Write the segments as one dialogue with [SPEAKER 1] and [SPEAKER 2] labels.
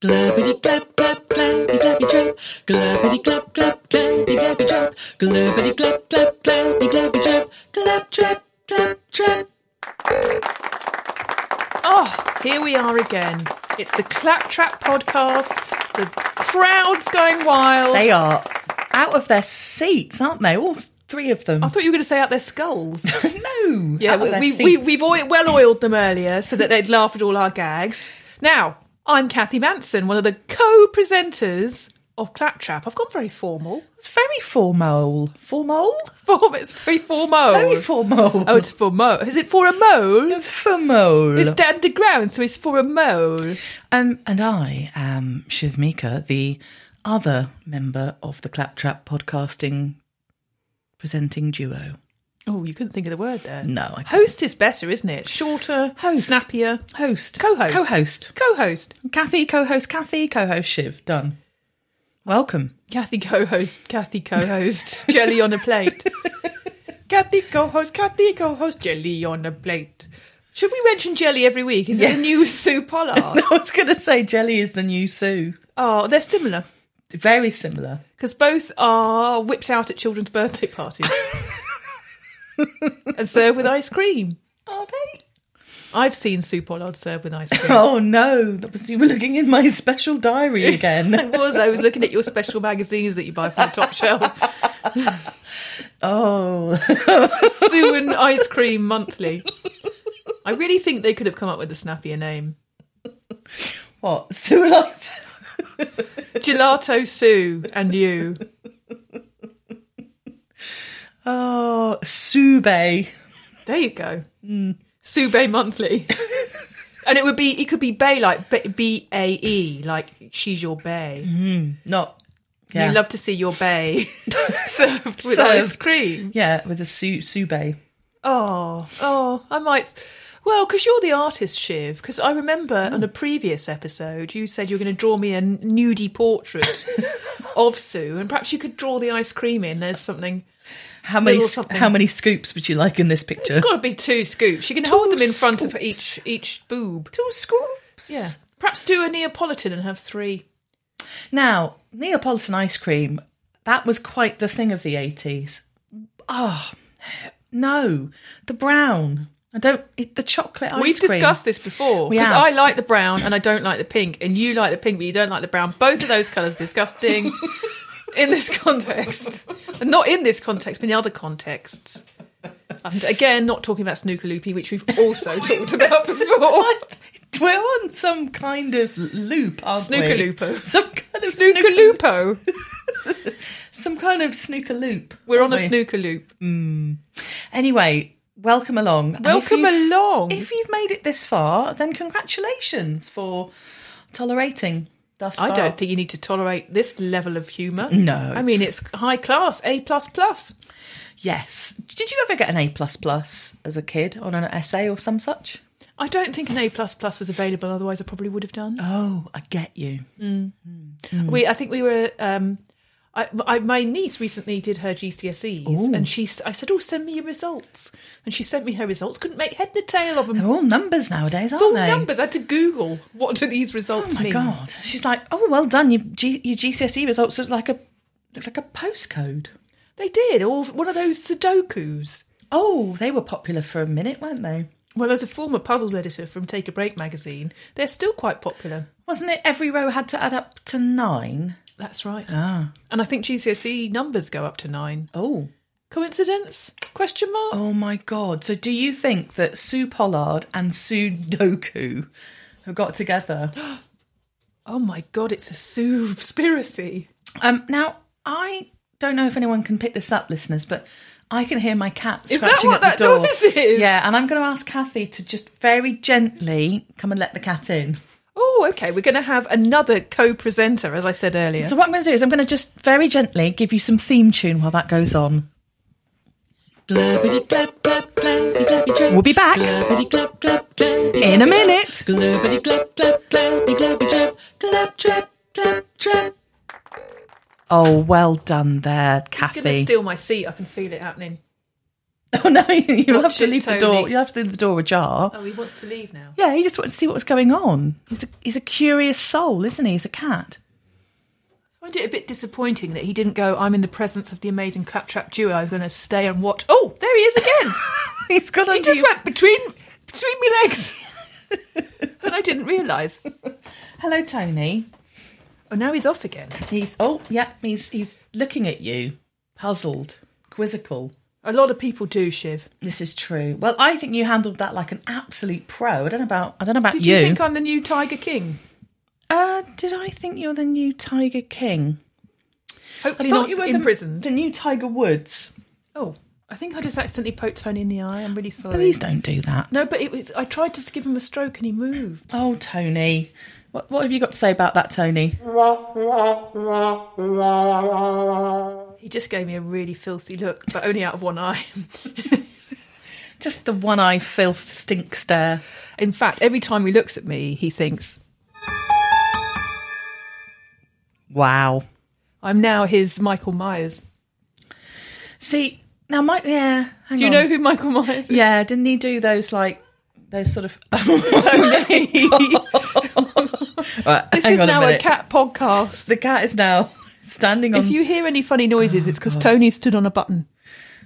[SPEAKER 1] Glabbity clap clap clappy clappy chop. Glabbity clap clap clappy clappy chop. Glabbity clap clap clappy clappy chop. Clap trap clap trap.
[SPEAKER 2] Oh, here we are again. It's the Claptrap podcast. The crowd's going wild.
[SPEAKER 3] They are out of their seats, aren't they? All three of them.
[SPEAKER 2] I thought you were going to say out their skulls.
[SPEAKER 3] no.
[SPEAKER 2] Yeah,
[SPEAKER 3] out of their
[SPEAKER 2] we, we,
[SPEAKER 3] seats.
[SPEAKER 2] we've oil, well oiled them earlier so that they'd laugh at all our gags. Now, I'm Kathy Manson, one of the co presenters of Claptrap. I've gone very formal.
[SPEAKER 3] It's very formal. Formal?
[SPEAKER 2] Form, it's very formal.
[SPEAKER 3] Very formal.
[SPEAKER 2] Oh, it's for mole. Is it for a mole?
[SPEAKER 3] it's formal.
[SPEAKER 2] It's underground, so it's for a mole.
[SPEAKER 3] Um, and I am Shiv Mika, the other member of the Claptrap podcasting presenting duo.
[SPEAKER 2] Oh, you couldn't think of the word there.
[SPEAKER 3] No, I can't.
[SPEAKER 2] Host is better, isn't it? Shorter,
[SPEAKER 3] Host.
[SPEAKER 2] snappier.
[SPEAKER 3] Host.
[SPEAKER 2] Co-host.
[SPEAKER 3] Co-host.
[SPEAKER 2] Co-host.
[SPEAKER 3] Kathy, co-host Kathy, co-host Shiv. Done. Welcome.
[SPEAKER 2] Kathy co-host, Kathy co-host, jelly on a plate. Kathy co-host, Kathy co-host, jelly on a plate. Should we mention jelly every week? Is
[SPEAKER 3] Yeah.
[SPEAKER 2] it the new Sue Pollard?
[SPEAKER 3] I was going to say Jelly is the new Sue.
[SPEAKER 2] oh, they're similar
[SPEAKER 3] Very similar.
[SPEAKER 2] because both are whipped out at children's birthday parties and served with ice cream.
[SPEAKER 3] Are they?
[SPEAKER 2] I've seen Sue Pollard served with ice cream.
[SPEAKER 3] Oh no, that was you were looking in my special diary again.
[SPEAKER 2] I was. I was looking at your special magazines that you buy from the top shelf.
[SPEAKER 3] oh,
[SPEAKER 2] Sue and Ice Cream Monthly. I really think they could have come up with a snappier name.
[SPEAKER 3] what? Suicide?
[SPEAKER 2] Gelato Sue and you.
[SPEAKER 3] Oh, Sube.
[SPEAKER 2] There you go.
[SPEAKER 3] Mm.
[SPEAKER 2] Sue Bay Monthly. And it would be, it could be Bay like B A E, like she's your Bay.
[SPEAKER 3] Not.
[SPEAKER 2] You
[SPEAKER 3] Mm-hmm. Yeah.
[SPEAKER 2] love to see your Bay served with
[SPEAKER 3] Served.
[SPEAKER 2] ice cream.
[SPEAKER 3] yeah, with a su- Sube.
[SPEAKER 2] Oh, oh, I might. Well, because you're the artist, Shiv. Because I remember
[SPEAKER 3] Mm.
[SPEAKER 2] on a previous episode, you said you were going to draw me a nudie portrait of Sue, and perhaps you could draw the ice cream in. There's something.
[SPEAKER 3] How many?
[SPEAKER 2] Little
[SPEAKER 3] sc-
[SPEAKER 2] something.
[SPEAKER 3] How many scoops would you like in this picture?
[SPEAKER 2] It's got to be two scoops. You can hold them in front of
[SPEAKER 3] scoops.
[SPEAKER 2] each each boob.
[SPEAKER 3] two scoops.
[SPEAKER 2] Yeah. Perhaps do a Neapolitan and have three.
[SPEAKER 3] Now, Neapolitan ice cream. That was quite the thing of the eighties. Oh no, the brown. I don't. It, the chocolate ice
[SPEAKER 2] We've
[SPEAKER 3] cream.
[SPEAKER 2] discussed this before
[SPEAKER 3] We
[SPEAKER 2] because
[SPEAKER 3] have.
[SPEAKER 2] I like the brown and I don't like the pink, and you like the pink but you don't like the brown. Both of those colours are disgusting in this context, and not in this context, but in other contexts. And again, not talking about Snooker Loopy, which we've also talked about before.
[SPEAKER 3] We're on some kind of loop, aren't
[SPEAKER 2] Snooker
[SPEAKER 3] we?
[SPEAKER 2] loopo.
[SPEAKER 3] Some kind of
[SPEAKER 2] Snooker
[SPEAKER 3] snooker loop.
[SPEAKER 2] Loopo.
[SPEAKER 3] Some kind of snooker loop.
[SPEAKER 2] We're on
[SPEAKER 3] aren't
[SPEAKER 2] a
[SPEAKER 3] we?
[SPEAKER 2] snooker loop.
[SPEAKER 3] Mm. Anyway, welcome along. And if
[SPEAKER 2] Welcome
[SPEAKER 3] you've-
[SPEAKER 2] along.
[SPEAKER 3] If you've made it this far, then congratulations for tolerating thus
[SPEAKER 2] I
[SPEAKER 3] far.
[SPEAKER 2] don't think you need to tolerate this level of humour.
[SPEAKER 3] No,
[SPEAKER 2] I mean it's high class, A plus plus.
[SPEAKER 3] Yes. Did you ever get an A plus plus as a kid on an essay or some such?
[SPEAKER 2] I don't think an A plus plus was available, otherwise I probably would have done.
[SPEAKER 3] Oh, I get you. Mm.
[SPEAKER 2] We, I think we were. Um, I, I, my niece recently did her GCSEs, and she, s- I said, "Oh, send me your results," and she sent me her results. Couldn't make head nor tail of them.
[SPEAKER 3] They're all numbers nowadays,
[SPEAKER 2] it's
[SPEAKER 3] aren't
[SPEAKER 2] all
[SPEAKER 3] Oh, they?
[SPEAKER 2] numbers. I had to Google what do these
[SPEAKER 3] Oh
[SPEAKER 2] results
[SPEAKER 3] my
[SPEAKER 2] mean.
[SPEAKER 3] god. She's like, oh, well done. Your, G- your GCSE results look like a look like a postcode.
[SPEAKER 2] They did. Or one of those Sudokus.
[SPEAKER 3] Oh, they were popular for a minute, weren't they?
[SPEAKER 2] Well, as a former puzzles editor from Take a Break magazine, they're still quite popular.
[SPEAKER 3] Wasn't it every row had to add up to nine?
[SPEAKER 2] That's right.
[SPEAKER 3] Ah.
[SPEAKER 2] And I think GCSE E numbers go up to nine.
[SPEAKER 3] Oh.
[SPEAKER 2] Coincidence? Question mark?
[SPEAKER 3] Oh my god. So do you think that Sue Pollard and Sue Doku have got together?
[SPEAKER 2] Oh my god, it's a conspiracy.
[SPEAKER 3] Um now I don't know if anyone can pick this up, listeners, but I can hear my cat
[SPEAKER 2] Is that
[SPEAKER 3] scratching
[SPEAKER 2] what that
[SPEAKER 3] at the door.
[SPEAKER 2] noise is?
[SPEAKER 3] Yeah, and I'm going to ask Kathy to just very gently come and let the cat in.
[SPEAKER 2] Oh, okay. We're going to have another co-presenter, as I said earlier.
[SPEAKER 3] So what I'm going to do is I'm going to just very gently give you some theme tune while that goes on.
[SPEAKER 1] Glabbity clap clap clappy clappy chop.
[SPEAKER 3] We'll be back.
[SPEAKER 1] Glabbity clap clap clappy.
[SPEAKER 3] In a
[SPEAKER 1] clappy chop.
[SPEAKER 3] minute.
[SPEAKER 1] Glabbity clap clap clappy clappy chop. Clap trap clap trap.
[SPEAKER 3] Oh, well done there,
[SPEAKER 2] It's going to
[SPEAKER 3] Kathy.
[SPEAKER 2] steal my seat. I can feel it happening.
[SPEAKER 3] Oh no, you'll have
[SPEAKER 2] Watch
[SPEAKER 3] to
[SPEAKER 2] it,
[SPEAKER 3] leave the
[SPEAKER 2] Tony.
[SPEAKER 3] door. You'll have to leave the door ajar.
[SPEAKER 2] Oh, he wants to leave now.
[SPEAKER 3] Yeah, he just wanted to see what was going on. He's a he's a curious soul, isn't he? He's a cat.
[SPEAKER 2] I find it a bit disappointing that he didn't go, I'm in the presence of the amazing Claptrap duo. I'm going to stay and watch. Oh, there he is again.
[SPEAKER 3] He's got
[SPEAKER 2] he
[SPEAKER 3] under
[SPEAKER 2] just
[SPEAKER 3] you.
[SPEAKER 2] went between between me legs. and I didn't realise.
[SPEAKER 3] Hello, Tony.
[SPEAKER 2] Oh, now he's off again.
[SPEAKER 3] He's oh yeah, he's he's looking at you, puzzled, quizzical.
[SPEAKER 2] A lot of people do, Shiv.
[SPEAKER 3] This is true. Well, I think you handled that like an absolute pro. I don't know about I don't know about
[SPEAKER 2] Did you, think I'm the new Tiger King?
[SPEAKER 3] uh, did I think you're the new Tiger King?
[SPEAKER 2] Hopefully
[SPEAKER 3] I thought
[SPEAKER 2] not
[SPEAKER 3] you were
[SPEAKER 2] imprisoned.
[SPEAKER 3] the, the new Tiger Woods.
[SPEAKER 2] Oh, I think I just accidentally poked Tony in the eye. I'm really sorry.
[SPEAKER 3] Please don't do that.
[SPEAKER 2] No, but it was. I tried to give him a stroke and he moved.
[SPEAKER 3] Oh, Tony, what what have you got to say about that, Tony?
[SPEAKER 2] He just gave me a really filthy look, but only out of one eye.
[SPEAKER 3] Just the one eye filth stink stare.
[SPEAKER 2] in fact, every time he looks at me, he thinks
[SPEAKER 3] Wow.
[SPEAKER 2] I'm now his Michael Myers.
[SPEAKER 3] See now, Mike. Yeah. Hang
[SPEAKER 2] Do you
[SPEAKER 3] on.
[SPEAKER 2] know who Michael Myers is?
[SPEAKER 3] Oh. Yeah. Didn't he do those like those sort of?
[SPEAKER 2] Uh, Tony.
[SPEAKER 3] Right,
[SPEAKER 2] this
[SPEAKER 3] hang
[SPEAKER 2] is
[SPEAKER 3] on
[SPEAKER 2] now a,
[SPEAKER 3] minute.
[SPEAKER 2] cat podcast.
[SPEAKER 3] The cat is now standing on. Oh,
[SPEAKER 2] If you hear any funny noises, it's because Tony stood on a button.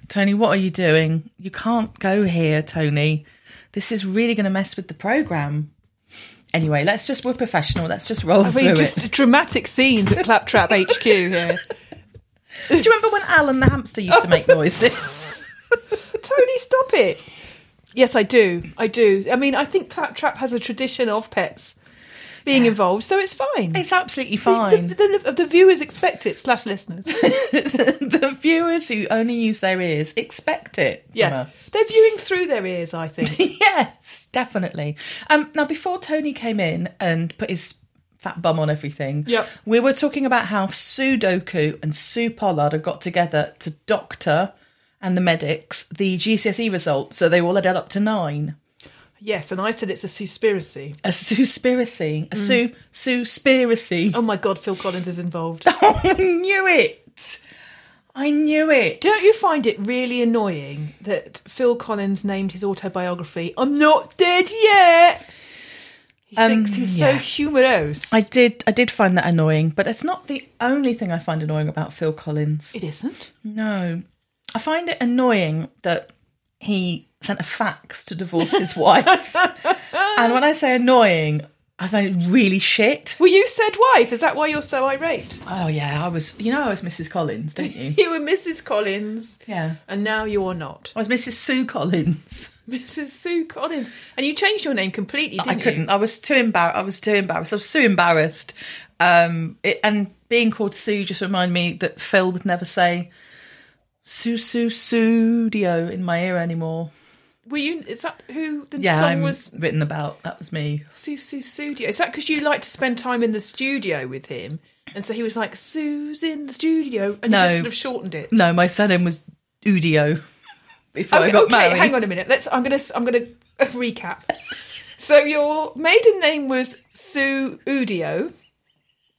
[SPEAKER 3] Tony, what are you doing? You can't go here, Tony. This is really going to mess with the program. Anyway, let's just we're professional. Let's just roll
[SPEAKER 2] I mean,
[SPEAKER 3] through
[SPEAKER 2] just
[SPEAKER 3] it.
[SPEAKER 2] dramatic scenes at Claptrap HQ here.
[SPEAKER 3] Do you remember when Alan the hamster used to make noises?
[SPEAKER 2] Tony, stop it. Yes, I do. I do. I mean, I think Claptrap has a tradition of pets being involved, so it's fine.
[SPEAKER 3] It's absolutely
[SPEAKER 2] The,
[SPEAKER 3] fine.
[SPEAKER 2] the, the, the viewers expect it, slash listeners.
[SPEAKER 3] the viewers who only use their ears expect it from
[SPEAKER 2] Yeah.
[SPEAKER 3] us.
[SPEAKER 2] They're viewing through their ears, I think.
[SPEAKER 3] yes, definitely. Um, now, before Tony came in and put his fat bum on everything,
[SPEAKER 2] Yep.
[SPEAKER 3] we were talking about how Sudoku and Sue Pollard have got together to doctor and the medics the GCSE E results, so they all added up to nine.
[SPEAKER 2] yes, and I said it's a conspiracy.
[SPEAKER 3] A Suspiracy. A Sue Suspiracy.
[SPEAKER 2] Oh my God, Phil Collins is involved.
[SPEAKER 3] I knew it. I knew it.
[SPEAKER 2] Don't you find it really annoying that Phil Collins named his autobiography "I'm Not Dead Yet"? He thinks he's so
[SPEAKER 3] Um, yeah.
[SPEAKER 2] humorous.
[SPEAKER 3] I did. I did find that annoying, but it's not the only thing I find annoying about Phil Collins.
[SPEAKER 2] it isn't.
[SPEAKER 3] No, I find it annoying that he sent a fax to divorce his wife. and when I say annoying, I find it really shit.
[SPEAKER 2] Well, you said wife. Is that why you're so irate?
[SPEAKER 3] Oh yeah, I was. You know, I was Mrs. Collins, don't you?
[SPEAKER 2] You were Mrs. Collins,
[SPEAKER 3] yeah,
[SPEAKER 2] and now you are not
[SPEAKER 3] I was Mrs. Sue Collins.
[SPEAKER 2] Mrs. Sue Collins. And you changed your name completely, didn't
[SPEAKER 3] I couldn't. I was too embarrassed. I was too embarrassed. I was so embarrassed. Um, it, and being called Sue just reminded me that Phil would never say Sue Sue Studio in my ear anymore.
[SPEAKER 2] you? Were you? Is that who the
[SPEAKER 3] Yeah,
[SPEAKER 2] song
[SPEAKER 3] I'm
[SPEAKER 2] was?
[SPEAKER 3] written about. That was me.
[SPEAKER 2] Sue Sue Studio. Is that because you like to spend time in the studio with him? And so he was like, "Sue's in the studio," and
[SPEAKER 3] No.
[SPEAKER 2] you just sort of shortened it.
[SPEAKER 3] No, my surname was Udio before I
[SPEAKER 2] Okay,
[SPEAKER 3] got
[SPEAKER 2] okay,
[SPEAKER 3] married.
[SPEAKER 2] hang on a minute. Let's. I'm gonna. I'm gonna uh, recap. so your maiden name was Sue Udio,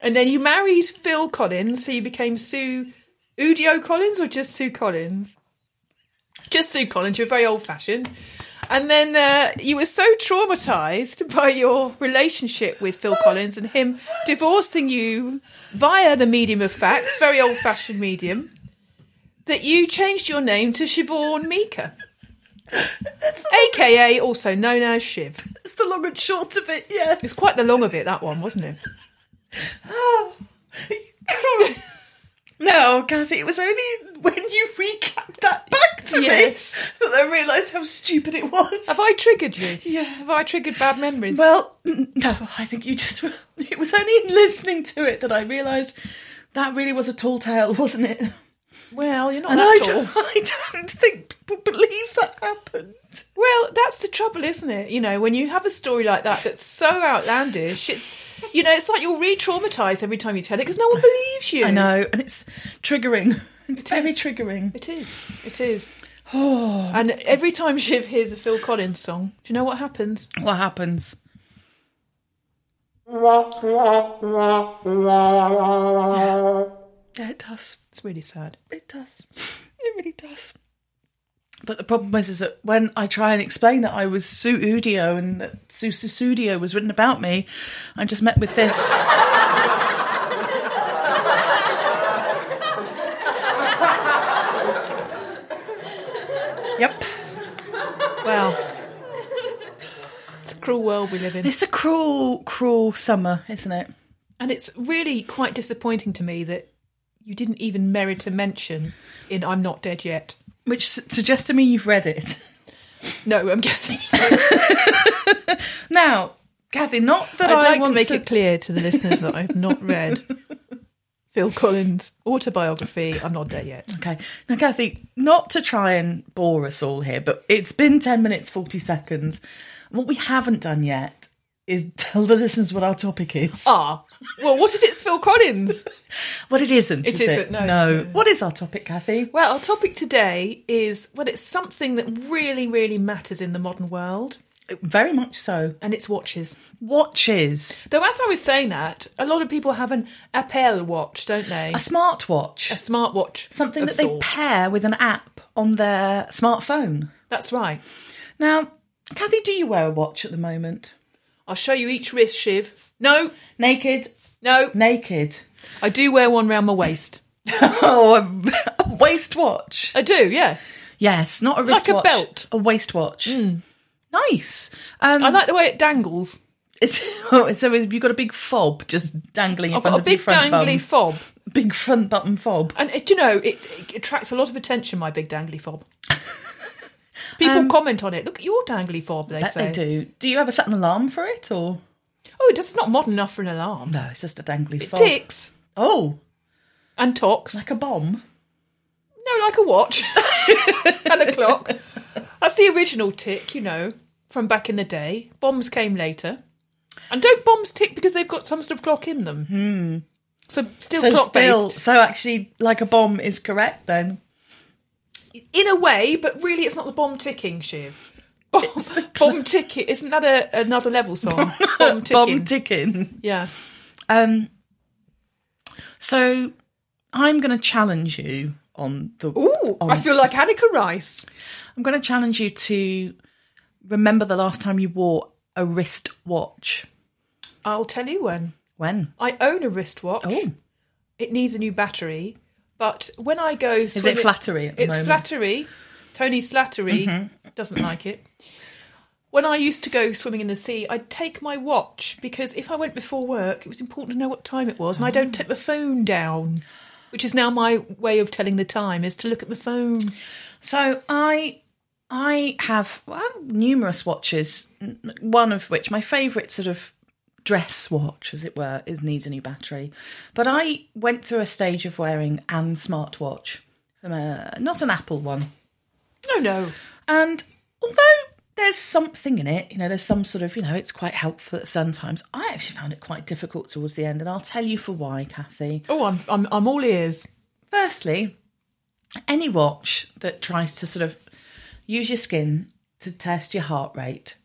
[SPEAKER 2] and then you married Phil Collins, so you became Sue Udio Collins, or just Sue Collins? Just Sue Collins. You're very old fashioned. And then uh, you were so traumatized by your relationship with Phil Collins and him divorcing you via the medium of fax, very old fashioned medium, that you changed your name to Siobhan Mika. AKA also known as Shiv.
[SPEAKER 3] It's the long and short of it, yeah.
[SPEAKER 2] It's quite the long of it, that one, wasn't it?
[SPEAKER 3] no, Kathy, it was only when you recapped that back to
[SPEAKER 2] Yes.
[SPEAKER 3] me that I realised how stupid it was.
[SPEAKER 2] Have I triggered you?
[SPEAKER 3] Yeah.
[SPEAKER 2] Have I triggered bad memories?
[SPEAKER 3] Well, no, I think you just. It was only in listening to it that I realised that really was a tall tale, wasn't it?
[SPEAKER 2] well you're not
[SPEAKER 3] And I
[SPEAKER 2] that tall.
[SPEAKER 3] don't, I don't think people believe that happened.
[SPEAKER 2] Well, that's the trouble, isn't it? You know, when you have a story like that that's so outlandish, it's, you know, it's like you're re traumatized every time you tell it because no one believes you.
[SPEAKER 3] I know, and it's triggering. It's very
[SPEAKER 2] is.
[SPEAKER 3] triggering.
[SPEAKER 2] It is. It is.
[SPEAKER 3] Oh,
[SPEAKER 2] And every time Shiv hears a Phil Collins song, do you know what happens?
[SPEAKER 3] what happens? Yeah, it does.
[SPEAKER 2] It's really sad.
[SPEAKER 3] It does. It really does. But the problem is, is that when I try and explain that I was Sue Udio and that Sue Sue Sudio was written about me, I'm just met with this. yep.
[SPEAKER 2] Well, it's a cruel world we live in.
[SPEAKER 3] It's a cruel, cruel summer, isn't it?
[SPEAKER 2] And it's really quite disappointing to me that you didn't even merit to mention in I'm Not Dead Yet.
[SPEAKER 3] Which su- suggests to me you've read it.
[SPEAKER 2] No, I'm guessing.
[SPEAKER 3] Now, Kathy, not that
[SPEAKER 2] I'd
[SPEAKER 3] I
[SPEAKER 2] like
[SPEAKER 3] want
[SPEAKER 2] Oh, to make it clear to the listeners that I've not read Phil Collins' autobiography, I'm Not Dead Yet.
[SPEAKER 3] Okay. Now, Kathy, not to try and bore us all here, but it's been 10 minutes, 40 seconds. What we haven't done yet is tell the listeners what our topic is.
[SPEAKER 2] Ah, well, what if it's Phil Collins?
[SPEAKER 3] But it isn't.
[SPEAKER 2] It
[SPEAKER 3] is
[SPEAKER 2] isn't,
[SPEAKER 3] It?
[SPEAKER 2] no, it's-
[SPEAKER 3] What is our topic, Kathy?
[SPEAKER 2] Well, our topic today is well, it's something that really, really matters in the modern world,
[SPEAKER 3] Very much so.
[SPEAKER 2] and it's watches.
[SPEAKER 3] Watches.
[SPEAKER 2] Though, as I was saying that, a lot of people have an Apple watch, don't they?
[SPEAKER 3] A smartwatch.
[SPEAKER 2] A smartwatch.
[SPEAKER 3] Something
[SPEAKER 2] of
[SPEAKER 3] that they
[SPEAKER 2] sorts.
[SPEAKER 3] pair with an app on their smartphone.
[SPEAKER 2] That's right.
[SPEAKER 3] Now, Kathy, do you wear a watch at the moment?
[SPEAKER 2] I'll show you each wrist, Shiv. No,
[SPEAKER 3] Naked.
[SPEAKER 2] no.
[SPEAKER 3] Naked.
[SPEAKER 2] I do wear one round my waist.
[SPEAKER 3] Oh, a, a waist watch.
[SPEAKER 2] I do, yeah.
[SPEAKER 3] Yes, not a
[SPEAKER 2] Like
[SPEAKER 3] wristwatch.
[SPEAKER 2] a belt. Hmm.
[SPEAKER 3] A waist watch. Nice. Um,
[SPEAKER 2] I like the way it dangles.
[SPEAKER 3] it's, oh, so have you got a big fob just dangling in
[SPEAKER 2] I've got
[SPEAKER 3] front
[SPEAKER 2] a
[SPEAKER 3] of your
[SPEAKER 2] big
[SPEAKER 3] front
[SPEAKER 2] dangly
[SPEAKER 3] bum.
[SPEAKER 2] fob.
[SPEAKER 3] big front button fob.
[SPEAKER 2] And it, you know, it, it attracts a lot of attention. My big dangly fob. People comment on it. Look at your dangly fob. Um, They
[SPEAKER 3] Bet
[SPEAKER 2] say.
[SPEAKER 3] they do. Do you ever set an alarm for it or?
[SPEAKER 2] Oh, it does- it's not modern enough for an alarm.
[SPEAKER 3] No, it's just a dangly
[SPEAKER 2] It
[SPEAKER 3] fob.
[SPEAKER 2] ticks
[SPEAKER 3] Oh,
[SPEAKER 2] and talks.
[SPEAKER 3] like a bomb.
[SPEAKER 2] No, like a watch and a clock. That's the original tick, you know, from back in the day. Bombs came later. And don't bombs tick because they've got some sort of clock in them. Hmm. So still
[SPEAKER 3] So
[SPEAKER 2] clock
[SPEAKER 3] still,
[SPEAKER 2] based.
[SPEAKER 3] so actually, like a bomb is correct then.
[SPEAKER 2] In a way, but really it's not the bomb ticking, Shiv. Bomb, bomb ticking. Isn't that a, another level song? bomb ticking.
[SPEAKER 3] Bomb ticking.
[SPEAKER 2] yeah.
[SPEAKER 3] Um. So, I'm going to challenge you on the.
[SPEAKER 2] Ooh, I feel like Annika Rice.
[SPEAKER 3] I'm going to challenge you to remember the last time you wore a wrist watch.
[SPEAKER 2] I'll tell you when.
[SPEAKER 3] When?
[SPEAKER 2] I own a wristwatch.
[SPEAKER 3] Oh.
[SPEAKER 2] It needs a new battery. But when I go,
[SPEAKER 3] Is it flattery at the
[SPEAKER 2] It's
[SPEAKER 3] moment? Mm-hmm.
[SPEAKER 2] flattery. Tony Slattery doesn't like it. When I used to go swimming in the sea, I'd take my watch because if I went before work, it was important to know what time it was, and I
[SPEAKER 3] Mm.
[SPEAKER 2] don't take the phone down, which is now my way of telling the time is to look at the phone.
[SPEAKER 3] So I I have well, I have numerous watches. n- One of which my favourite sort of dress watch, as it were, is needs a new battery. But I went through a stage of wearing an smartwatch, from a, not an Apple one,
[SPEAKER 2] No, no,
[SPEAKER 3] And although there's something in it, you know, there's some sort of, you know, it's quite helpful at sometimes. I actually found it quite difficult towards the end, and I'll tell you for why, Kathy.
[SPEAKER 2] oh, I'm I'm, I'm all ears.
[SPEAKER 3] Firstly, any watch that tries to sort of use your skin to test your heart rate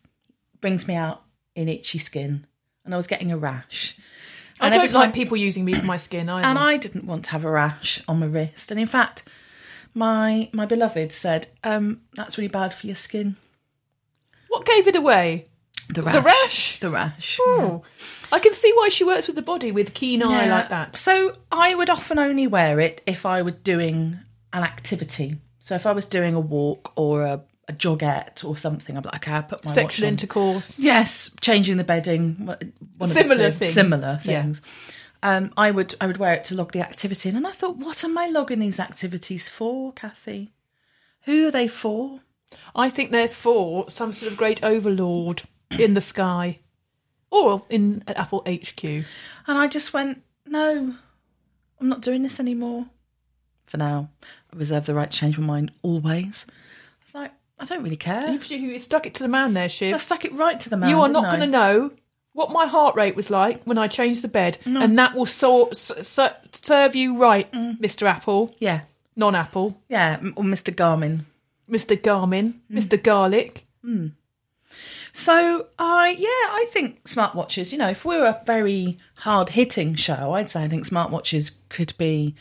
[SPEAKER 3] brings me out in itchy skin, and I was getting a rash.
[SPEAKER 2] I
[SPEAKER 3] And every
[SPEAKER 2] don't
[SPEAKER 3] time-
[SPEAKER 2] like people using me for my skin either.
[SPEAKER 3] and I didn't want to have a rash on my wrist. And in fact, my my beloved said, um, "That's really bad for your skin."
[SPEAKER 2] what gave it away?
[SPEAKER 3] The rash.
[SPEAKER 2] The rash.
[SPEAKER 3] The rash.
[SPEAKER 2] Oh, I can see why she works with the body with keen eye
[SPEAKER 3] Yeah.
[SPEAKER 2] like that.
[SPEAKER 3] So I would often only wear it if I were doing an activity. So if I was doing a walk or a, a joggette or something, I'd be like, okay, I put my
[SPEAKER 2] Sexual
[SPEAKER 3] watch on.
[SPEAKER 2] intercourse.
[SPEAKER 3] Yes, changing the bedding. one of the
[SPEAKER 2] Similar
[SPEAKER 3] two.
[SPEAKER 2] things.
[SPEAKER 3] Similar
[SPEAKER 2] Yeah.
[SPEAKER 3] things. Um, I would I would wear it to log the activity, in. and I thought, what am I logging these activities for, Kathy? Who are they for?
[SPEAKER 2] I think they're for some sort of great overlord in the sky or in an Apple HQ.
[SPEAKER 3] And I just went, no, I'm not doing this anymore. For now, I reserve the right to change my mind always. I was like, I don't really care.
[SPEAKER 2] You've, you stuck it to the man there,
[SPEAKER 3] I
[SPEAKER 2] Shiv.
[SPEAKER 3] stuck it right to the man.
[SPEAKER 2] You are
[SPEAKER 3] didn't
[SPEAKER 2] not
[SPEAKER 3] I?
[SPEAKER 2] going to know what my heart rate was like when I changed the bed, and that will so, so, so- serve you right, Mr. Apple,
[SPEAKER 3] Yeah,
[SPEAKER 2] non Apple,
[SPEAKER 3] yeah, m- or Mr. Garmin.
[SPEAKER 2] Mr. Garmin, Mr. Garlic.
[SPEAKER 3] So I, yeah, I think smartwatches. You know, if we were a very hard hitting show, I'd say I think smartwatches could be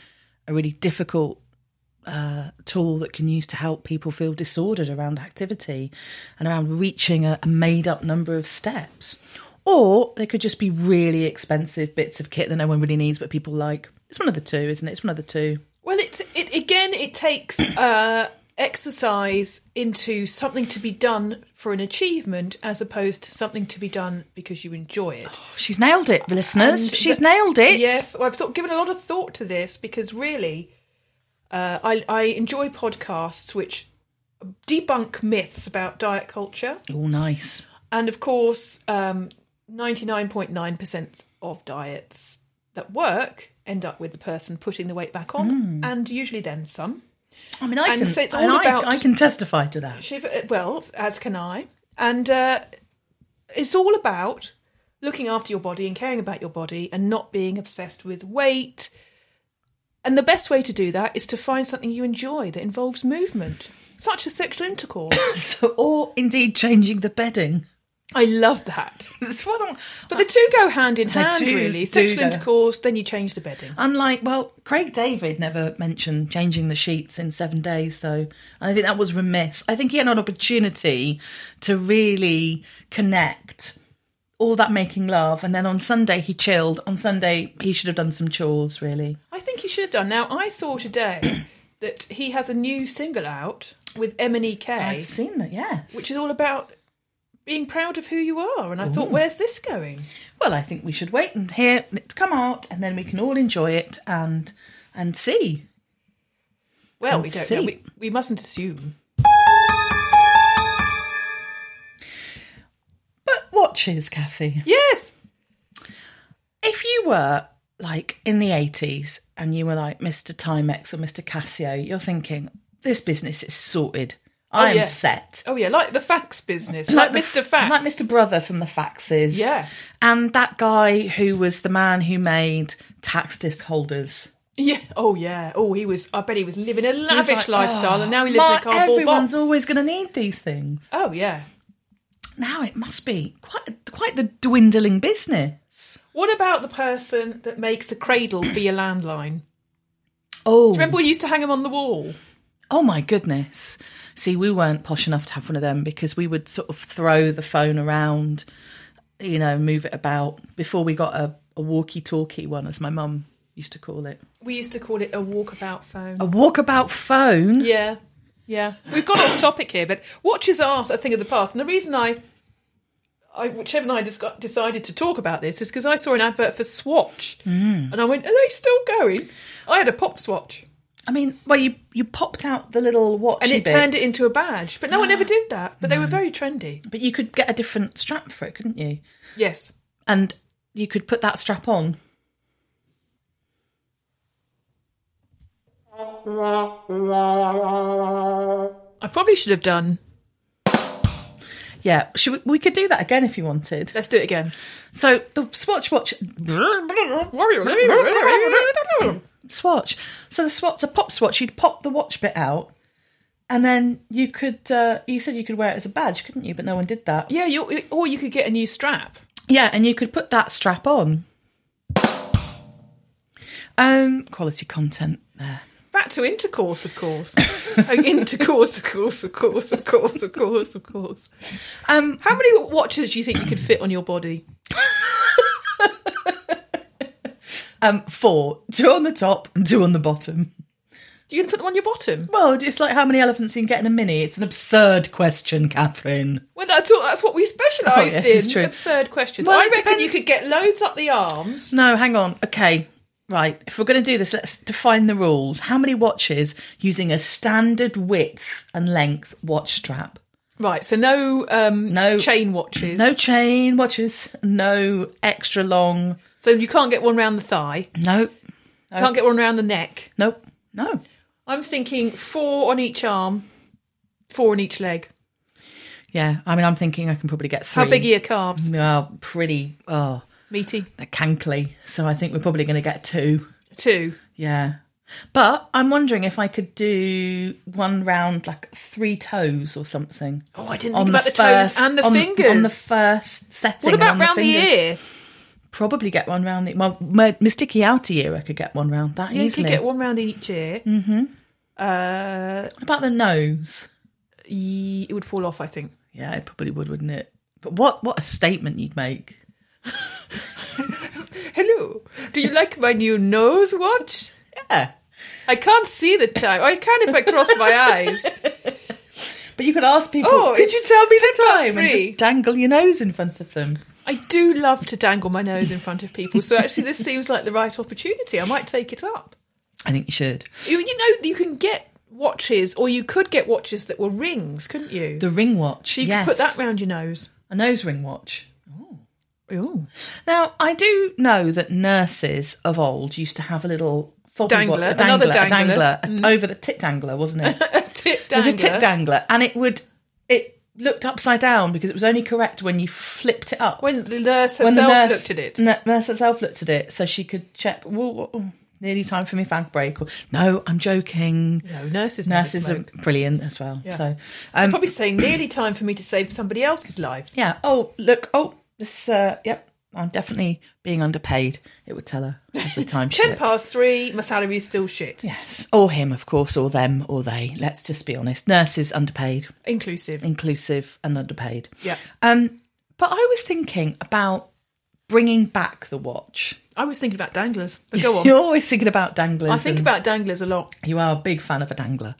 [SPEAKER 3] a really difficult uh, tool that can use to help people feel disordered around activity and around reaching a, a made up number of steps. Or they could just be really expensive bits of kit that no one really needs but people like. It's one of the two, isn't it? It's one of the two.
[SPEAKER 2] Well, it's it again. It takes uh, exercise into something to be done for an achievement, as opposed to something to be done because you enjoy it.
[SPEAKER 3] She's nailed it, listeners.
[SPEAKER 2] And
[SPEAKER 3] She's
[SPEAKER 2] the-
[SPEAKER 3] nailed it.
[SPEAKER 2] Yes, well, I've thought, given a lot of thought to this because really, uh, I, I enjoy podcasts which debunk myths about diet culture,
[SPEAKER 3] Oh, nice.
[SPEAKER 2] and of course, um, ninety nine point nine percent of diets that work end up with the person putting the weight back
[SPEAKER 3] Hmm.
[SPEAKER 2] on, and usually then some.
[SPEAKER 3] I mean, I
[SPEAKER 2] And
[SPEAKER 3] can.
[SPEAKER 2] so it's
[SPEAKER 3] I-
[SPEAKER 2] all
[SPEAKER 3] I-
[SPEAKER 2] about-
[SPEAKER 3] I can testify to that.
[SPEAKER 2] Shiv, uh, well, as can I. And uh, it's all about looking after your body and caring about your body and not being obsessed with weight. And the best way to do that is to find something you enjoy that involves movement, such as sexual intercourse.
[SPEAKER 3] So, or indeed changing the bedding.
[SPEAKER 2] I love that.
[SPEAKER 3] That's what I'm.
[SPEAKER 2] But the two go hand in
[SPEAKER 3] They
[SPEAKER 2] hand,
[SPEAKER 3] do-
[SPEAKER 2] really.
[SPEAKER 3] do
[SPEAKER 2] Sexual
[SPEAKER 3] go-
[SPEAKER 2] intercourse, then you change the bedding.
[SPEAKER 3] I'm like, well, Craig David never mentioned changing the sheets in seven days, though. And I think that was remiss. I think he had an opportunity to really connect all that making love. And then on Sunday, he chilled. On Sunday, he should have done some chores, really.
[SPEAKER 2] I think you should have done. Now, I saw today that he has a new single out with E M&EK.
[SPEAKER 3] I've seen that, yes.
[SPEAKER 2] which is all about being proud of who you are. And I
[SPEAKER 3] Mm.
[SPEAKER 2] thought, where's this going?
[SPEAKER 3] well, I think we should wait and hear it to come out, and then we can all enjoy it and and see.
[SPEAKER 2] Well,
[SPEAKER 3] And
[SPEAKER 2] we don't know.
[SPEAKER 3] see.
[SPEAKER 2] We, we mustn't assume.
[SPEAKER 3] But watches, Kathy.
[SPEAKER 2] Yes.
[SPEAKER 3] if you were like in the 80s and you were like Mr. Timex or Mr. Casio, you're thinking, this business is sorted. I am
[SPEAKER 2] yeah.
[SPEAKER 3] set.
[SPEAKER 2] Oh yeah, like the fax business, like,
[SPEAKER 3] the-
[SPEAKER 2] Mr. Fax,
[SPEAKER 3] Like Mr. Brother from the Faxes.
[SPEAKER 2] Yeah.
[SPEAKER 3] And that guy who was the man who made tax disc holders.
[SPEAKER 2] Yeah. Oh yeah. Oh, he was. I bet he was living a
[SPEAKER 3] He was
[SPEAKER 2] lavish
[SPEAKER 3] like,
[SPEAKER 2] lifestyle,
[SPEAKER 3] "Oh,
[SPEAKER 2] and now he lives in a
[SPEAKER 3] Mark,
[SPEAKER 2] cardboard
[SPEAKER 3] Everyone's
[SPEAKER 2] box.
[SPEAKER 3] always going to need these things.
[SPEAKER 2] Oh yeah.
[SPEAKER 3] Now it must be quite quite the dwindling business.
[SPEAKER 2] What about the person that makes a cradle for your landline?
[SPEAKER 3] Oh,
[SPEAKER 2] Remember we used to hang them on the wall?
[SPEAKER 3] Oh my goodness. See, we weren't posh enough to have one of them because we would sort of throw the phone around, you know, move it about before we got a, a walkie talkie one, as my mum used to call it.
[SPEAKER 2] We used to call it a walkabout phone.
[SPEAKER 3] A walkabout phone.
[SPEAKER 2] Yeah, yeah. We've gone off topic here, but watches are a thing of the past. And the reason I, I Chip and I just got, decided to talk about this is because I saw an advert for Swatch, and I went, "Are they still going?" I had a pop swatch,
[SPEAKER 3] I mean, well, you, you popped out the little watch
[SPEAKER 2] and it
[SPEAKER 3] bit,
[SPEAKER 2] turned it into a badge. But no one ever did that. But they were very trendy.
[SPEAKER 3] but you could get a different strap for it, couldn't you?
[SPEAKER 2] Yes.
[SPEAKER 3] And you could put that strap on.
[SPEAKER 2] I probably should have done.
[SPEAKER 3] Yeah, should we, we could do that again if you wanted.
[SPEAKER 2] Let's do it again.
[SPEAKER 3] So the Swatch watch swatch. So the swatch, the pop swatch, you'd pop the watch bit out, and then you could. Uh, you said you could wear it as a badge, couldn't you? But no one did that.
[SPEAKER 2] Yeah, you or you could get a new strap.
[SPEAKER 3] Yeah, and you could put that strap on. Um, quality content there.
[SPEAKER 2] Back to intercourse, of course. oh, intercourse, of course, of course, of course, of course, of course.
[SPEAKER 3] Um,
[SPEAKER 2] How many watches do you think you could fit on your body?
[SPEAKER 3] um, four, two on the top and two on the bottom.
[SPEAKER 2] You can put them on your bottom.
[SPEAKER 3] Well, just like how many elephants you can get in a mini. It's an absurd question, Catherine.
[SPEAKER 2] Well, that's all. That's what we specialised
[SPEAKER 3] Oh, yes,
[SPEAKER 2] in.
[SPEAKER 3] it's true.
[SPEAKER 2] Absurd questions.
[SPEAKER 3] Well,
[SPEAKER 2] I
[SPEAKER 3] it
[SPEAKER 2] reckon you
[SPEAKER 3] depends.
[SPEAKER 2] could get loads up the arms.
[SPEAKER 3] No, hang on. Okay. Right. If we're going to do this, let's define the rules. How many watches using a standard width and length watch strap?
[SPEAKER 2] Right. So no, um,
[SPEAKER 3] No-
[SPEAKER 2] chain watches.
[SPEAKER 3] No chain watches, no extra long.
[SPEAKER 2] So you can't get one round the thigh.
[SPEAKER 3] No,
[SPEAKER 2] You Can't get one round the neck.
[SPEAKER 3] nope, no.
[SPEAKER 2] I'm thinking four on each arm, four on each leg.
[SPEAKER 3] Yeah, I mean, I'm thinking I can probably get three.
[SPEAKER 2] How big are your calves?
[SPEAKER 3] Well, pretty, oh,
[SPEAKER 2] Meaty.
[SPEAKER 3] they're cankly. So I think we're probably going to get two.
[SPEAKER 2] Two.
[SPEAKER 3] Yeah. But I'm wondering if I could do one round, like three toes or something.
[SPEAKER 2] Oh, I didn't
[SPEAKER 3] on
[SPEAKER 2] think about the,
[SPEAKER 3] the first,
[SPEAKER 2] toes and the
[SPEAKER 3] on,
[SPEAKER 2] fingers.
[SPEAKER 3] on the first setting.
[SPEAKER 2] what
[SPEAKER 3] and
[SPEAKER 2] about
[SPEAKER 3] on the
[SPEAKER 2] round the,
[SPEAKER 3] fingers.
[SPEAKER 2] ear?
[SPEAKER 3] Probably get one round the well, my, my sticky outer ear. I could get one round that
[SPEAKER 2] Yeah, you
[SPEAKER 3] easily.
[SPEAKER 2] could get one round each ear. Mm-hmm. Uh,
[SPEAKER 3] What about the nose?
[SPEAKER 2] ye- it would fall off, I think.
[SPEAKER 3] Yeah, it probably would, wouldn't it? But what what a statement you'd make.
[SPEAKER 2] Hello. Do you like my new nose watch?
[SPEAKER 3] Yeah.
[SPEAKER 2] I can't see the time. I can if I cross my eyes.
[SPEAKER 3] But you could ask people,
[SPEAKER 2] Oh,
[SPEAKER 3] could
[SPEAKER 2] it's
[SPEAKER 3] you tell me the
[SPEAKER 2] 10 past
[SPEAKER 3] time and
[SPEAKER 2] three.
[SPEAKER 3] just dangle your nose in front of them?
[SPEAKER 2] I do love to dangle my nose in front of people, so actually this seems like the right opportunity. I might take it up.
[SPEAKER 3] I think you should.
[SPEAKER 2] You, you know, you can get watches, or you could get watches that were rings, couldn't you?
[SPEAKER 3] The ring watch.
[SPEAKER 2] so you
[SPEAKER 3] yes.
[SPEAKER 2] could put that round your nose.
[SPEAKER 3] A nose ring watch.
[SPEAKER 2] Ooh.
[SPEAKER 3] Now, I do know that nurses of old used to have a little fob-
[SPEAKER 2] Dangler,
[SPEAKER 3] a
[SPEAKER 2] another
[SPEAKER 3] a
[SPEAKER 2] dangler. Mm.
[SPEAKER 3] a- over the tit dangler, wasn't it?
[SPEAKER 2] Tit
[SPEAKER 3] There's
[SPEAKER 2] dangler.
[SPEAKER 3] a tit dangler, and it would it looked upside down because it was only correct when you flipped it up.
[SPEAKER 2] When the nurse herself
[SPEAKER 3] When Mm.
[SPEAKER 2] looked at it.
[SPEAKER 3] n- nurse herself looked at it, so she could check. Whoa, whoa, whoa, nearly time for me fag break. Or no, I'm joking.
[SPEAKER 2] No, nurses never
[SPEAKER 3] Nurses are
[SPEAKER 2] smoke.
[SPEAKER 3] brilliant as well.
[SPEAKER 2] Yeah.
[SPEAKER 3] So, um,
[SPEAKER 2] Probably saying nearly time for me to save somebody else's life.
[SPEAKER 3] yeah. Oh, look. Oh, this. Uh, yep. I'm definitely being underpaid. It would tell her every time. she
[SPEAKER 2] Ten
[SPEAKER 3] looked.
[SPEAKER 2] past three, my salary's still shit.
[SPEAKER 3] Yes, or him, of course, or them, or they. Let's just be honest. Nurses underpaid,
[SPEAKER 2] Inclusive.
[SPEAKER 3] inclusive and underpaid.
[SPEAKER 2] Yeah.
[SPEAKER 3] Um, but I was thinking about bringing back the watch.
[SPEAKER 2] I was thinking about danglers, but go on.
[SPEAKER 3] You're always thinking about danglers.
[SPEAKER 2] I think
[SPEAKER 3] and
[SPEAKER 2] about Mm. danglers a lot.
[SPEAKER 3] you are a big fan of a dangler.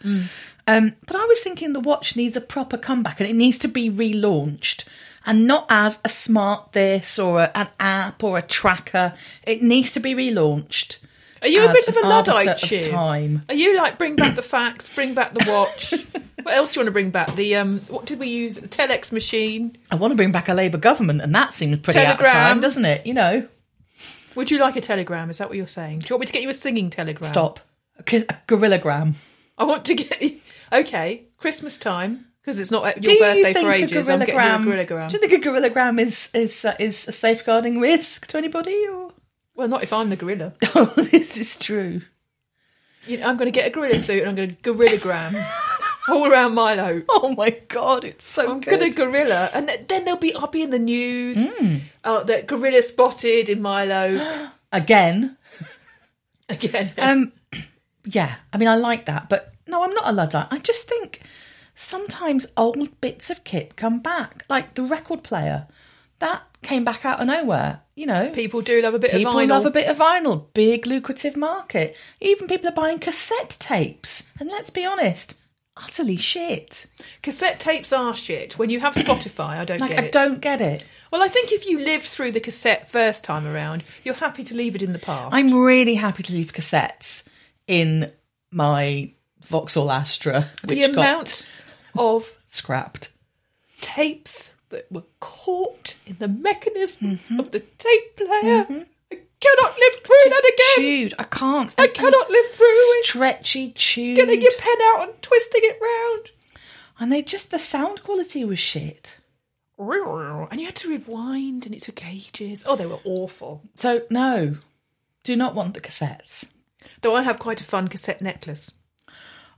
[SPEAKER 3] Um, but I was thinking the watch needs a proper comeback and it needs to be relaunched. And not as a smart this or a, an app or a tracker. It needs to be relaunched.
[SPEAKER 2] Are you a
[SPEAKER 3] as
[SPEAKER 2] bit of a
[SPEAKER 3] an arbiter
[SPEAKER 2] luddite,
[SPEAKER 3] of
[SPEAKER 2] Shiv?
[SPEAKER 3] time.
[SPEAKER 2] Are you like bring back the fax, bring back the watch? what else do you want to bring back? The um, what did we use? The telex machine.
[SPEAKER 3] I want to bring back a Labour government, and that seems pretty out of
[SPEAKER 2] Telegram.
[SPEAKER 3] time, doesn't it? You know,
[SPEAKER 2] Would you like a telegram? Is that what you're saying? Do you want me to get you a singing telegram?
[SPEAKER 3] stop. A ki- a gorillagram.
[SPEAKER 2] I want to get you. Okay, Christmas time because it's not at
[SPEAKER 3] Do
[SPEAKER 2] your
[SPEAKER 3] you
[SPEAKER 2] birthday
[SPEAKER 3] think
[SPEAKER 2] for
[SPEAKER 3] a
[SPEAKER 2] ages. I'm getting you a gorillagram.
[SPEAKER 3] Do you think a gorillagram is is uh, is a safeguarding risk to anybody? Or
[SPEAKER 2] Well, not if I'm the gorilla.
[SPEAKER 3] oh, this is true.
[SPEAKER 2] You know, I'm going to get a gorilla suit and I'm going to gorillagram all around Milo.
[SPEAKER 3] Oh my god, it's so
[SPEAKER 2] I'm
[SPEAKER 3] good.
[SPEAKER 2] gonna gorilla, and th- then they'll be. I'll be in the news.
[SPEAKER 3] Hmm.
[SPEAKER 2] Uh, that gorilla spotted in Milo
[SPEAKER 3] Again,
[SPEAKER 2] again.
[SPEAKER 3] um, yeah. I mean, I like that, but no, I'm not a luddite. I just think sometimes old bits of kit come back, like the record player that came back out of nowhere. You know,
[SPEAKER 2] People do love a bit
[SPEAKER 3] People
[SPEAKER 2] of vinyl.
[SPEAKER 3] love a bit of vinyl, big lucrative market. Even people are buying cassette tapes. And let's be honest, utterly shit.
[SPEAKER 2] Cassette tapes are shit. When you have Spotify, I don't
[SPEAKER 3] Like
[SPEAKER 2] get
[SPEAKER 3] I
[SPEAKER 2] it.
[SPEAKER 3] don't get it.
[SPEAKER 2] Well, I think if you lived through the cassette first time around, you're happy to leave it in the past.
[SPEAKER 3] I'm really happy to leave cassettes in my Vauxhall Astra, which
[SPEAKER 2] the amount of
[SPEAKER 3] got scrapped.
[SPEAKER 2] tapes that were caught in the mechanisms
[SPEAKER 3] Mm-hmm.
[SPEAKER 2] of the tape player. I cannot live through that again.
[SPEAKER 3] Chewed. I can't.
[SPEAKER 2] I cannot live through it.
[SPEAKER 3] Stretchy, chewed.
[SPEAKER 2] Getting your pen out and twisting it round.
[SPEAKER 3] And they just the sound quality was shit.
[SPEAKER 2] And you had to rewind, and it took ages. Oh, they were awful.
[SPEAKER 3] So no, do not want the cassettes.
[SPEAKER 2] Though I have quite a fun cassette necklace.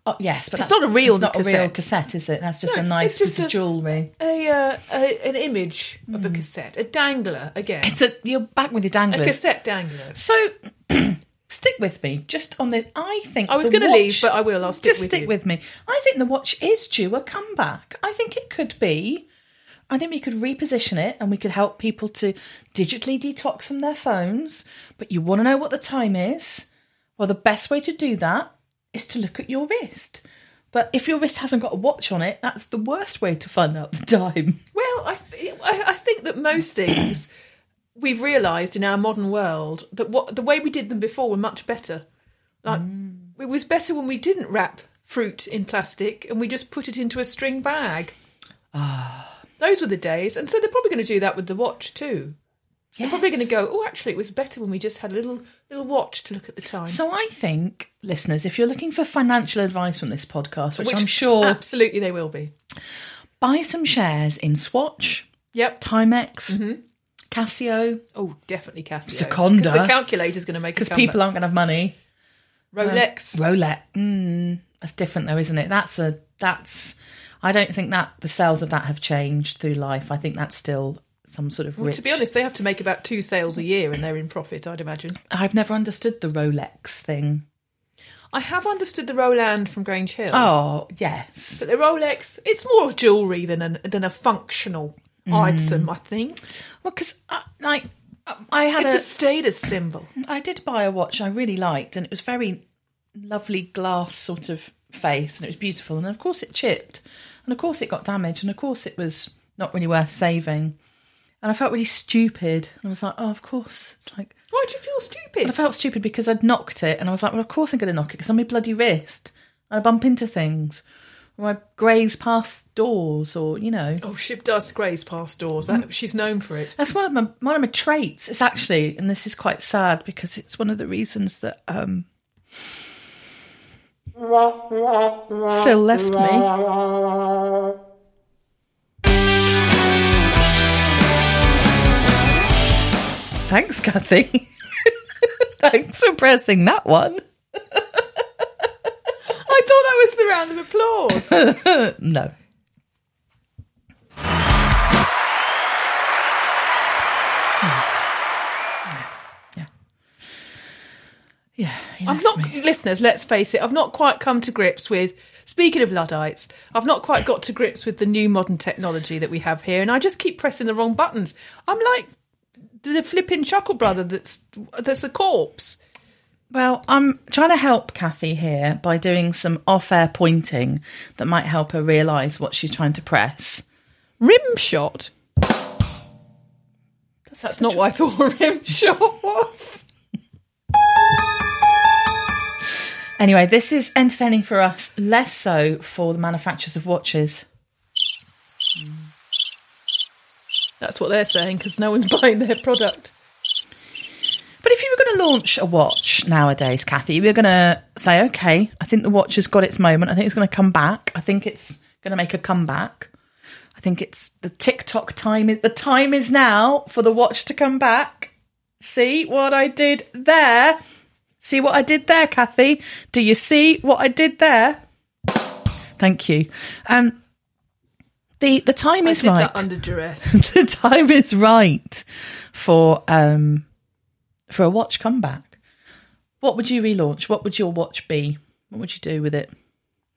[SPEAKER 3] Oh yes, but
[SPEAKER 2] It's
[SPEAKER 3] that's-
[SPEAKER 2] not a real
[SPEAKER 3] It's not a real
[SPEAKER 2] cassette.
[SPEAKER 3] cassette, is it? That's just
[SPEAKER 2] No,
[SPEAKER 3] a nice
[SPEAKER 2] it's just
[SPEAKER 3] piece
[SPEAKER 2] a-
[SPEAKER 3] of jewellery.
[SPEAKER 2] A, uh, a an image of a cassette, a dangler again,
[SPEAKER 3] It's a you're back with your
[SPEAKER 2] a
[SPEAKER 3] danglers.
[SPEAKER 2] cassette dangler.
[SPEAKER 3] so stick with me just on this. I think
[SPEAKER 2] I was
[SPEAKER 3] the
[SPEAKER 2] going to
[SPEAKER 3] watch-
[SPEAKER 2] leave, but I will. I'll stick
[SPEAKER 3] just
[SPEAKER 2] with
[SPEAKER 3] stick
[SPEAKER 2] you.
[SPEAKER 3] with me. I think the watch is due a comeback. I think it could be. I think we could reposition it and we could help people to digitally detox from their phones. But you want to know what the time is? Well, the best way to do that is to look at your wrist. But if your wrist hasn't got a watch on it, that's the worst way to find out the time.
[SPEAKER 2] Well, I, I I think that most things we've realised in our modern world that what the way we did them before were much better. Like it was better when we didn't wrap fruit in plastic and we just put it into a string bag. Ah, those were the days, and so they're probably going to do that with the watch too. They're probably going to go. Oh, actually, it was better when we just had a little little watch to look at the time.
[SPEAKER 3] So I think, listeners, if you're looking for financial advice from this podcast, which,
[SPEAKER 2] Which
[SPEAKER 3] I'm sure,
[SPEAKER 2] absolutely they will be.
[SPEAKER 3] buy some shares in Swatch,
[SPEAKER 2] Yep.
[SPEAKER 3] Timex,
[SPEAKER 2] Mm-hmm.
[SPEAKER 3] Casio,
[SPEAKER 2] Oh, definitely Casio.
[SPEAKER 3] Seconda.
[SPEAKER 2] 'Cause The calculator's going to make a
[SPEAKER 3] because
[SPEAKER 2] comeback.
[SPEAKER 3] people aren't going to have money.
[SPEAKER 2] Rolex.
[SPEAKER 3] Rolex, mm, that's different though, isn't it? That's a that's. I don't think that the sales of that have changed through life. I think that's still some sort of rich.
[SPEAKER 2] To be honest, they have to make about two sales a year and they're in profit, I'd imagine.
[SPEAKER 3] I've never understood the Rolex thing.
[SPEAKER 2] I have understood the Roland from Grange Hill.
[SPEAKER 3] Oh, yes.
[SPEAKER 2] But the Rolex, it's more jewellery than a, than a functional item,
[SPEAKER 3] Mm.
[SPEAKER 2] I think.
[SPEAKER 3] Well, because like I had
[SPEAKER 2] It's a status symbol.
[SPEAKER 3] a, I did buy a watch I really liked, and it was very lovely glass sort of face, and it was beautiful, and of course it chipped, and of course it got damaged, and of course it was not really worth saving, and I felt really stupid, and I was like, oh, of course, it's like.
[SPEAKER 2] Why do you feel stupid?
[SPEAKER 3] And I felt stupid because I'd knocked it, and I was like, well, of course I'm going to knock it because I'm my bloody wrist. And I bump into things, or I graze past doors, or you know,
[SPEAKER 2] Oh, she does graze past doors.
[SPEAKER 3] Mm.
[SPEAKER 2] That, she's known for it.
[SPEAKER 3] that's one of my one of my traits. It's actually, and this is quite sad because it's one of the reasons that um, Phil left me. Thanks, Kathy. Thanks for pressing that one.
[SPEAKER 2] I thought that was the round of applause.
[SPEAKER 3] No. Hmm. Yeah. Yeah. he
[SPEAKER 2] I'm
[SPEAKER 3] left
[SPEAKER 2] not,
[SPEAKER 3] me.
[SPEAKER 2] listeners, let's face it, I've not quite come to grips with, speaking of Luddites, I've not quite got to grips with the new modern technology that we have here, and I just keep pressing the wrong buttons. I'm like the flipping Chuckle Brother that's, that's a corpse.
[SPEAKER 3] Well, I'm trying to help Kathy here by doing some off air pointing that might help her realise what she's trying to press.
[SPEAKER 2] Rim shot. That's not what I thought a rim shot was.
[SPEAKER 3] Anyway, this is entertaining for us, less so for the manufacturers of watches.
[SPEAKER 2] That's what they're saying because no one's buying their product.
[SPEAKER 3] But if you were going to launch a watch nowadays, Kathy, you were going to say, okay, I think the watch has got its moment. I think it's going to come back. I think it's going to make a comeback. I think it's the TikTok time is the time is now for the watch to come back. See what I did there? See what I did there, Kathy? Do you see what I did there? Thank you. Um, the the time
[SPEAKER 2] I
[SPEAKER 3] is
[SPEAKER 2] did
[SPEAKER 3] right
[SPEAKER 2] that under duress.
[SPEAKER 3] the time is right for um for a watch comeback. What would you relaunch? What would your watch be? What would you do with it?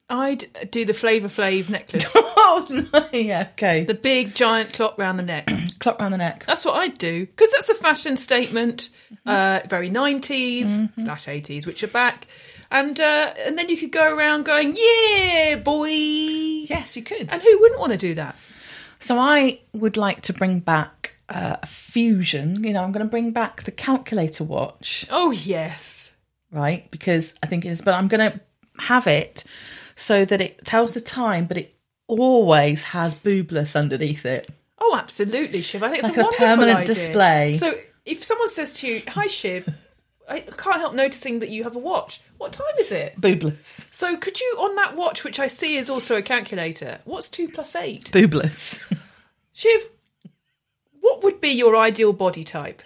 [SPEAKER 2] I'd do the Flavor Flav necklace,
[SPEAKER 3] oh no, yeah, okay.
[SPEAKER 2] the
[SPEAKER 3] The
[SPEAKER 2] big giant clock round the neck.
[SPEAKER 3] clock round the neck.
[SPEAKER 2] That's what I'd do because that's a fashion statement,
[SPEAKER 3] Mm-hmm.
[SPEAKER 2] uh, very 90s slash 80s, which are back, and uh, and then you could go around going, yeah, boy,
[SPEAKER 3] Yes, you could.
[SPEAKER 2] and who wouldn't want to do that?
[SPEAKER 3] So I would like to bring back uh, a fusion. You know, I'm going to bring back the calculator watch.
[SPEAKER 2] Oh yes,
[SPEAKER 3] right? Because I think it is, but I'm going to have it so that it tells the time, but it always has boobless underneath it.
[SPEAKER 2] oh absolutely, Shiv. I think it's
[SPEAKER 3] Like
[SPEAKER 2] a,
[SPEAKER 3] a
[SPEAKER 2] wonderful
[SPEAKER 3] permanent
[SPEAKER 2] idea.
[SPEAKER 3] display.
[SPEAKER 2] So if someone says to you, "Hi, Shiv," I can't help noticing that you have a watch. What time is it?
[SPEAKER 3] Boobless.
[SPEAKER 2] So could you on that watch, which I see is also a calculator? What's two plus eight?
[SPEAKER 3] Boobless.
[SPEAKER 2] Shiv, what would be your ideal body type?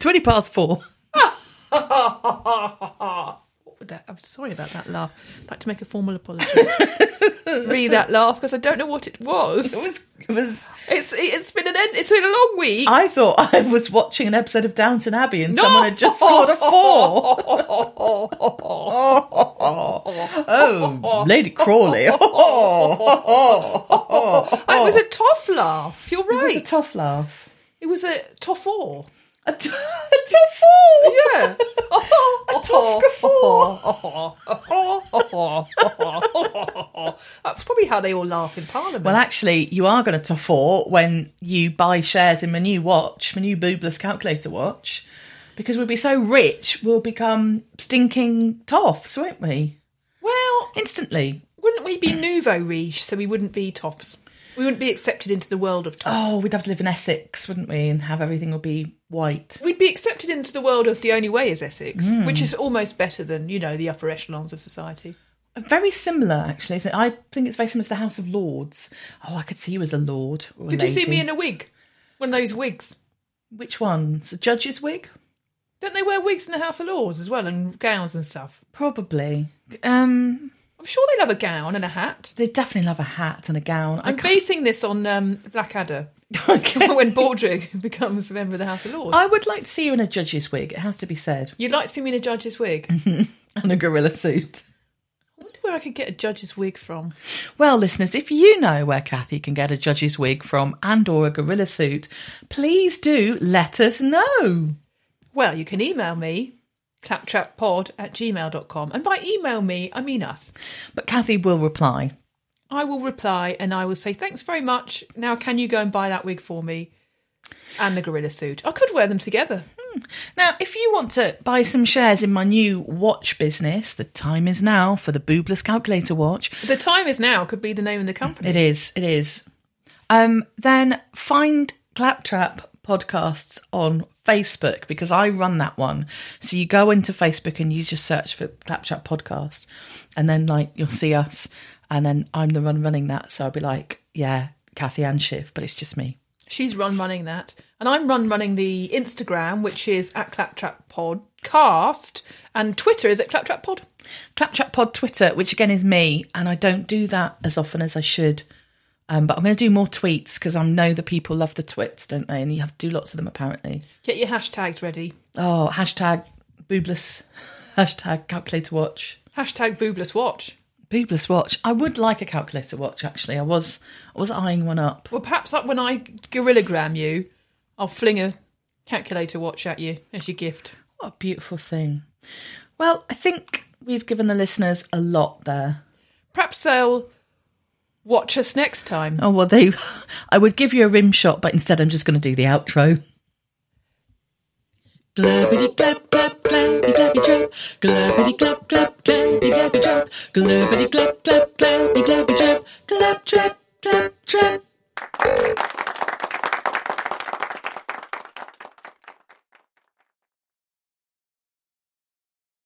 [SPEAKER 3] 20 past four.
[SPEAKER 2] What would that? I'm sorry about that laugh. I'd like to make a formal apology. Re that laugh because I don't know what it
[SPEAKER 3] It
[SPEAKER 2] was.
[SPEAKER 3] was, it was.
[SPEAKER 2] It's it's been an it's been a long week.
[SPEAKER 3] I thought I was watching an episode of Downton Abbey and someone had just scored a four. oh, Lady Crawley.
[SPEAKER 2] It was a tough laugh. You're right.
[SPEAKER 3] It was a tough laugh.
[SPEAKER 2] It was a tough all.
[SPEAKER 3] A t- a tough four.
[SPEAKER 2] Yeah.
[SPEAKER 3] A tough four.
[SPEAKER 2] That's probably how they all laugh in Parliament.
[SPEAKER 3] Well, actually, you are going to top four when you buy shares in my new watch, my new boobless calculator watch, because we'll be so rich, we'll become stinking toffs, won't we?
[SPEAKER 2] well,
[SPEAKER 3] Instantly.
[SPEAKER 2] wouldn't we be nouveau riche so we wouldn't be toffs? We wouldn't be accepted into the world of toffs.
[SPEAKER 3] Oh, we'd have to live in Essex, wouldn't we? And have everything will be white.
[SPEAKER 2] we'd be accepted into the world of the only way is Essex,
[SPEAKER 3] Hmm.
[SPEAKER 2] which is almost better than you know the upper echelons of society.
[SPEAKER 3] Very similar, actually, isn't it? I think it's very similar to the House of Lords. Oh, I could see you as a lord. Or
[SPEAKER 2] Did you see me in a wig? One of those wigs.
[SPEAKER 3] which ones? A judge's wig,
[SPEAKER 2] Don't they wear wigs in the House of Lords as well and gowns and stuff?
[SPEAKER 3] probably. Um,
[SPEAKER 2] I'm sure they love a gown and a hat.
[SPEAKER 3] they definitely love a hat and a gown. I
[SPEAKER 2] I'm
[SPEAKER 3] can't-
[SPEAKER 2] basing this on um, Blackadder
[SPEAKER 3] Okay.
[SPEAKER 2] when Baldric becomes a member of the House of Lords.
[SPEAKER 3] I would like to see you in a judge's wig. It has to be said. Mm.
[SPEAKER 2] You'd like to see me in a judge's wig?
[SPEAKER 3] and a gorilla suit.
[SPEAKER 2] I wonder where I could get a judge's wig from.
[SPEAKER 3] Well, listeners, if you know where Kathy can get a judge's wig from and or a gorilla suit, please do let us know.
[SPEAKER 2] Well, you can email me, claptrappod at gmail.com. And by email me, I mean us.
[SPEAKER 3] But Kathy will reply.
[SPEAKER 2] I will reply and I will say, thanks very much. Now, can you go and buy that wig for me? And the gorilla suit. I could wear them together.
[SPEAKER 3] Now, if you want to buy some shares in my new watch business, the time is now for the boobless calculator watch.
[SPEAKER 2] The time is now could be the name of the company.
[SPEAKER 3] It is, it is. Um, then find Claptrap podcasts on Facebook because I run that one. So you go into Facebook and you just search for Claptrap podcast, and then like you'll see us, and then I'm the one running that. So I'll be like, yeah, Kathy and Shiv, but it's just me.
[SPEAKER 2] She's run running that. And I'm run running the Instagram, which is at Claptrap Podcast. And Twitter is at Claptrap Pod.
[SPEAKER 3] Claptrap Pod Twitter, which again is me, and I don't do that as often as I should. Um, but I'm going to do more tweets because I know the people love the twits, don't they? And you have to do lots of them apparently.
[SPEAKER 2] Get your hashtags ready.
[SPEAKER 3] Oh, hashtag boobless, hashtag calculator watch,
[SPEAKER 2] Hashtag boobless watch.
[SPEAKER 3] boobless watch. I would like a calculator watch actually. I was I was eyeing one up.
[SPEAKER 2] Well, perhaps like when I gorillagram you, I'll fling a calculator watch at you as your gift.
[SPEAKER 3] What a beautiful thing. Well, I think we've given the listeners a lot there.
[SPEAKER 2] Perhaps they'll watch us next time.
[SPEAKER 3] Oh well, they. I would give you a rim shot, but instead I'm just going to do the outro.
[SPEAKER 1] Glabbity clap clap clappy clappy clap. Glabbity clap clap clappy clappy clap. Glabbity clap clap clappy clappy clap. Clap trap clap trap.